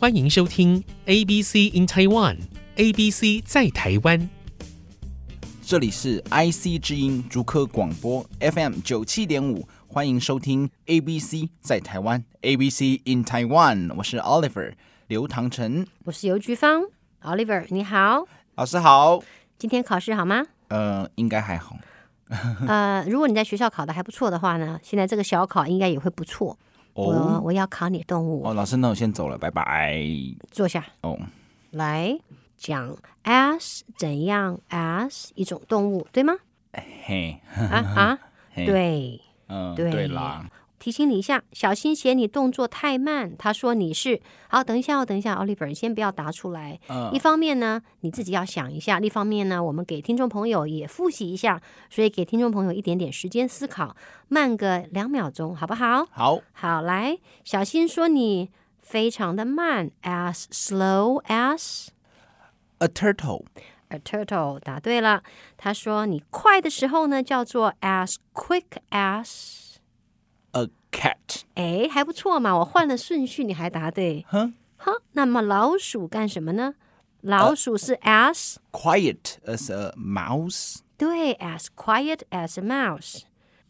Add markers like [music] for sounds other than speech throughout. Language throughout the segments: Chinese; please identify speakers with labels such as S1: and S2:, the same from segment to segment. S1: 欢迎收听 ABC in Taiwan。ABC 在台湾，
S2: 这里是 IC 之音逐客广播 FM 九七点五，欢迎收听 ABC 在台湾 ABC in Taiwan，我是 Oliver 刘唐晨
S3: 我是邮局方 Oliver，你好，
S2: 老师好，
S3: 今天考试
S2: [laughs]
S3: 好吗？
S2: 呃，应该还好，
S3: 呃，如果你在学校考的还不错的话呢，现在这个小考应该也会不错。我
S2: 哦
S3: 我要考你动物，
S2: 哦，老师那我先走了，拜拜
S3: 坐下
S2: 哦，
S3: 来讲 as 怎样 as 一种动物，
S2: [laughs]
S3: 对吗？
S2: 嘿，
S3: 啊啊，
S2: 嘿，
S3: 对，
S2: 嗯，
S3: 对
S2: 对啦，
S3: 提醒你一下，小新嫌你动作太慢，他说你是好，等一下哦，等一下，Oliver，你先不要答出来。
S2: 嗯
S3: 一方面呢，你自己要想一下；另一方面呢，我们给听众朋友也复习一下，所以给听众朋友一点点时间思考，慢个两秒钟，好不好？
S2: 好，
S3: 好，来，小新说你非常的慢，as slow as
S2: a turtle，
S3: a turtle，答对了。他说你快的时候呢，叫做 as quick as。
S2: a cat，
S3: 哎，还不错嘛，我换了顺序，你还答对。
S2: 哼
S3: 好，那么老鼠干什么呢？老鼠是 as，、
S2: ，quiet as a mouse，
S3: 对，as quiet as a mouse，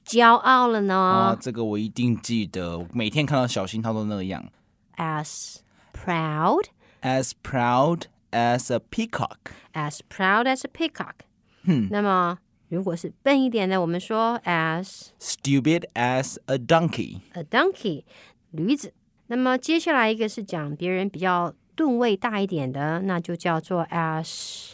S3: 骄傲了
S2: 啊，
S3: 呢、
S2: 这个我一定记得，每天看到小新他都那样
S3: a s proud
S2: ，as proud as a peacock。
S3: as proud as a peacock。那么如果是笨一点的，我们说 as
S2: stupid as a donkey.
S3: a donkey，驴子。那么接下来一个是讲别人比较吨位大一点的，那就叫做 as，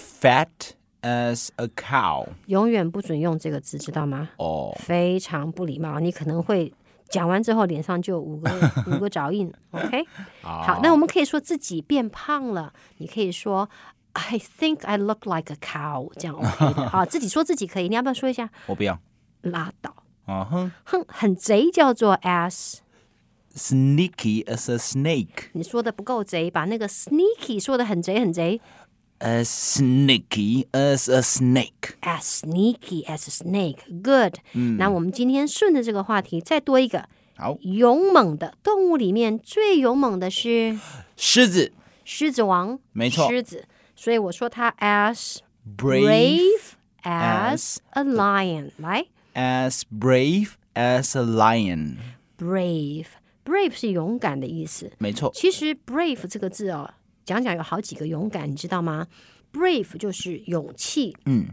S2: Fat as a cow.
S3: 永远不准用这个字，知道吗？
S2: 哦，
S3: 非常不礼貌，你可能会讲完之后脸上就有五个五个爪印。OK，好，那我们可以说自己变胖了，你可以说 I think I look like a cow，这样 OK 的。好，自己说自己可以，你要不要说一下？
S2: 我不要。
S3: 拉倒，
S2: 嗯哼
S3: 哼，很贼叫做 as。
S2: ，sneaky as a snake.
S3: 你说的不够贼，把那个 sneaky 说的很贼很贼
S2: As sneaky as a snake.
S3: ，as sneaky as a snake。Good，、那我们今天顺着这个话题再多一个
S2: 嗯好，
S3: 勇猛的动物里面最勇猛的是。
S2: 狮子
S3: 狮子王，
S2: 没错
S3: 狮子。所以我说它 as
S2: brave
S3: as a lion，来
S2: as brave as a lion.
S3: brave，brave 是勇敢的意思。
S2: 没错，
S3: 其实 brave 这个字哦，讲讲有好几个勇敢，你知道吗？brave 就是勇气，嗯。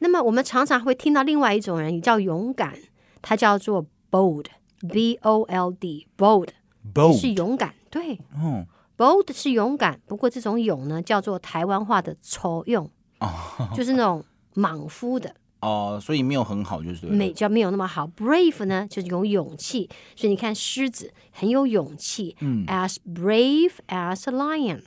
S3: 那么我们常常会听到另外一种人也叫勇敢，他叫做 bold，b o l d，bold 是
S2: bold.
S3: 勇敢，对
S2: 嗯，
S3: bold 是勇敢，不过这种勇呢，叫做台湾话的抽用，就是那种莽夫的，
S2: 哦，所以没有很好，就是对了
S3: 没就没有那么好。brave 呢，就是有勇气，所以你看狮子很有勇气、a
S2: 嗯
S3: s brave as a lion。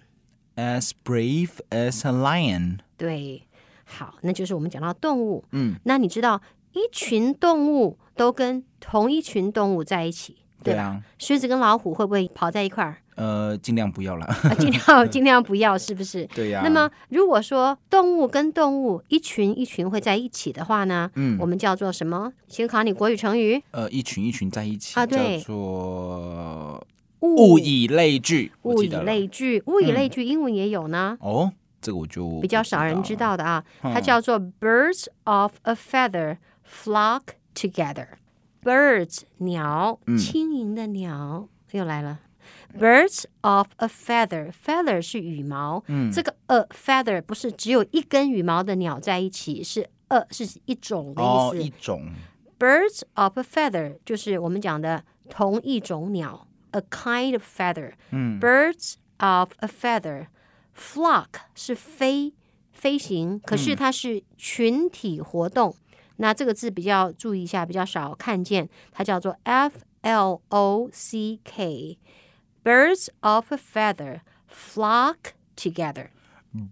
S2: as brave as a lion.
S3: 对，好，那就是我们讲到动物，嗯，那你知道一群动物都跟同一群动物在一起，对
S2: 对
S3: 吧？
S2: 啊，
S3: 狮子跟老虎会不会跑在一块儿？
S2: 呃，尽量不要啦。 [laughs]
S3: 啊尽量尽量不要，是不是？
S2: 对呀
S3: 那么，如果说动物跟动物一群一群会在一起的话呢，嗯，我们叫做什么？先考你国语成语，
S2: 呃，一群一群在一起，
S3: 啊对
S2: 叫做物
S3: 物
S2: 以类聚，我
S3: 物
S2: 记
S3: 以
S2: 得了嗯
S3: 类聚，物以类聚，英文也有呢，
S2: 哦，这个我就
S3: 比较少人知
S2: 道。嗯
S3: 道的啊。它叫做 birds of a feather flock together。birds 鸟，
S2: 嗯
S3: 轻盈的鸟、又来了。Birds of a feather, feather 是羽毛，
S2: 嗯
S3: 这个 a feather 不是只有一根羽毛的鸟在一起，是 a 是一种的
S2: 哦，
S3: 意
S2: 一
S3: 思。
S2: 种
S3: Birds of a feather 就是我们讲的同一种鸟，a kind of feather。Birds of a feather, flock 是飞飞行，可是它是群体活动。那这个字比较注意一下，比较少看见，它叫做 f l o c k。Birds of a feather flock together.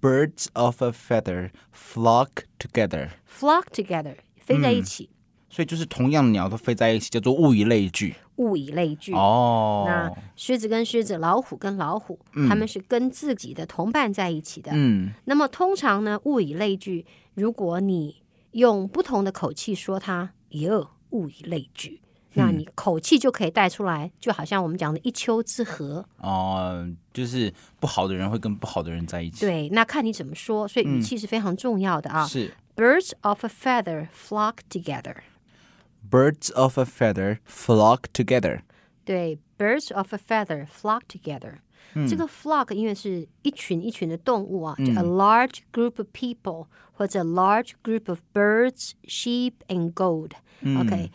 S2: birds of a feather flock together，
S3: Flock together 飞在一起，
S2: 所以就是同样的鸟都飞在一起，叫做物以类聚。
S3: 物以类聚。那
S2: 哦，
S3: 狮子跟狮子，老虎跟老虎，它们是跟自己的同伴在一起的。
S2: 嗯，
S3: 那么通常呢，物以类聚，如果你用不同的口气说它，哟，物以类
S2: 嗯
S3: 聚，那你口气就可以带出来，就好像我们讲的一丘之貉。
S2: 哦，就是不好的人会跟不好的人在一起。，
S3: 对，那看你怎么说，所以语气是非常重要的啊。
S2: 嗯是
S3: Birds of a feather flock together。
S2: birds of a feather flock together。
S3: 对，birds of a feather flock together。这个 flock 因为是一群一群的动物啊，就 a large group of people 或者 large group of birds, sheep and goat。OK，large、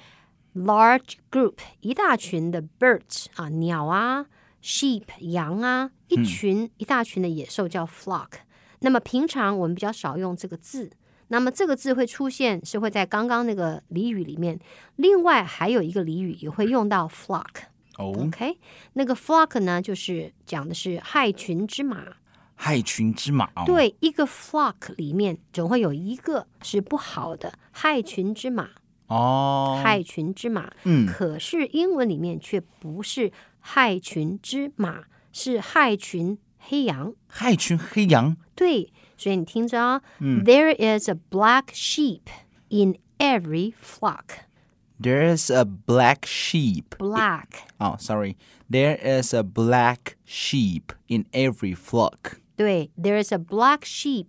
S3: group 一大群的 birds 啊，鸟啊，sheep 羊啊，一群、一大群的野兽叫 flock。那么平常我们比较少用这个字。那么这个字会出现，是会在刚刚那个俚语里面。另外还有一个俚语也会用到 flock，
S2: 哦，
S3: OK，那个 flock 呢，就是讲的是害群之马。
S2: 害群之马哦。，
S3: 对，一个 flock 里面总会有一个是不好的，害群之马，
S2: 哦，
S3: 害群之马。
S2: 嗯
S3: 可是英文里面却不是害群之马，是害群黑羊。
S2: 害群黑羊。
S3: 对，所以你听着啊、t
S2: 嗯
S3: h e r e is a black sheep in every flock.
S2: There's a black sheep.
S3: Black，
S2: 哦，sorry. There is a black sheep in every flock.
S3: 对，there is a black sheep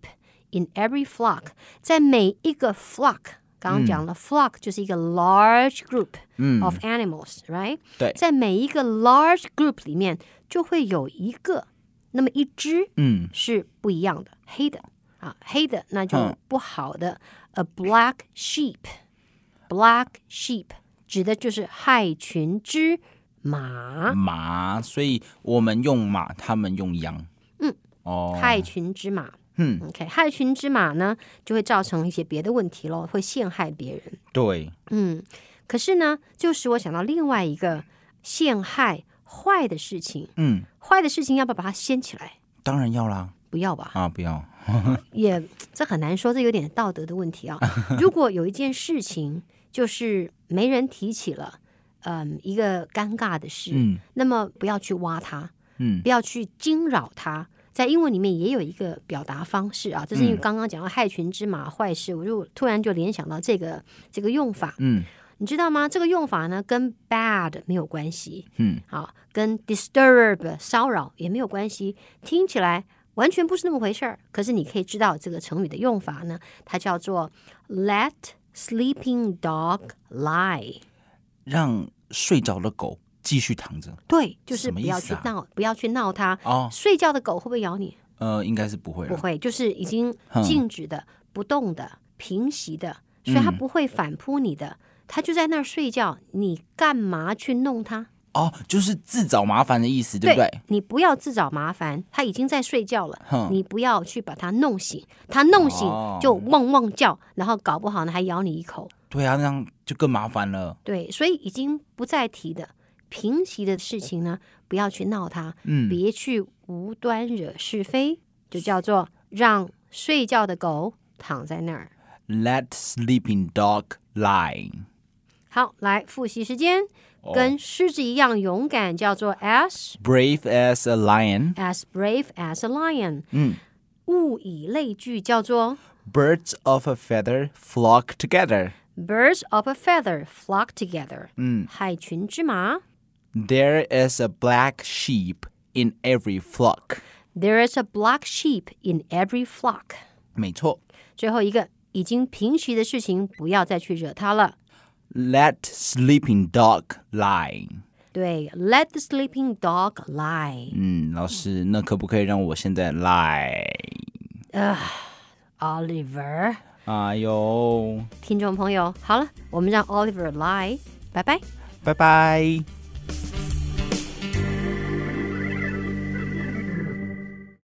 S3: in every flock，在每一个 flock，刚刚讲了、flock 就是一个 large group of animals，right？、
S2: 对
S3: 在每一个 large group 里面就会有一个，那么一只，
S2: 嗯，
S3: 是不一样的，黑的啊，黑的那就不好的、a black sheep，black sheep 指的就是害群之马，
S2: 马，所以我们用马，他们用羊。
S3: 嗯，
S2: 哦，
S3: 害群之马。
S2: 嗯，
S3: OK，害群之马呢，就会造成一些别的问题咯，会陷害别人。
S2: 对，
S3: 嗯，可是呢，就使我想到另外一个陷害坏的事情。
S2: 嗯，
S3: 坏的事情要不要把它掀起来？
S2: 当然要啦。
S3: 不要吧，
S2: 啊，不要，
S3: 也这很难说，这有点道德的问
S2: [laughs]
S3: 题啊。如果有一件事情就是没人提起了，嗯，一个尴尬的事，
S2: 嗯
S3: 那么不要去挖它，
S2: 嗯
S3: 不要去惊扰它。在英文里面也有一个表达方式啊，
S2: 嗯
S3: 就是因为刚刚讲到害群之马坏事，我就突然就联想到这个这个用法，
S2: 嗯
S3: 你知道吗？这个用法呢跟 bad 没有关系，
S2: 嗯，
S3: 啊，跟 disturb 骚扰也没有关系，听起来完全不是那么回事儿。可是你可以知道这个成语的用法呢，它叫做 let sleeping dog lie。
S2: 让睡着的狗继续躺着。
S3: 对，就是
S2: 什么
S3: 不
S2: 意
S3: 要
S2: 思
S3: 去
S2: 啊
S3: 闹，不要去闹它。
S2: 哦，
S3: 睡觉的狗会不会咬你？
S2: 呃，应该是不会
S3: 不
S2: 了。
S3: 会，就是已经
S2: 哼
S3: 静止的、不动的、平息的，所以
S2: 嗯
S3: 它不会反扑你的。它就在那儿睡觉，你干嘛去弄它？
S2: 哦，就是自找麻烦的意思，对不对？
S3: 你不要自找麻烦，它已经在睡觉了。
S2: 哼，
S3: 你不要去把它弄醒，它弄醒
S2: 哦
S3: 就汪汪叫，然后搞不好呢还咬你一口。
S2: 对啊，那样就更麻烦了。
S3: 对，所以已经不再提的平息的事情呢，不要去闹它，
S2: 嗯，
S3: 别去无端惹是非，就叫做让睡觉的狗躺在那儿。
S2: Let sleeping dog lie.
S3: 好，来复习时间，
S2: 哦
S3: 跟狮子一样勇敢，叫做 as
S2: Brave as a lion.
S3: as brave as a lion。
S2: 嗯，
S3: 物以类聚，叫做
S2: Birds of a feather flock together.
S3: birds of a feather flock together。
S2: 嗯，
S3: 害群之马。
S2: There is a black sheep in every flock.
S3: There is a black sheep in every flock。
S2: 没错。
S3: 最后一个，已经平息的事情不要再去惹它了。
S2: Let sleeping dog lie.
S3: 对，Let the sleeping dog lie。
S2: 嗯，老师，那可不可以让我现在 lie？
S3: Oliver，
S2: 哎呦，
S3: 听众朋友，好了，我们让 Oliver lie。拜拜。
S2: 拜拜。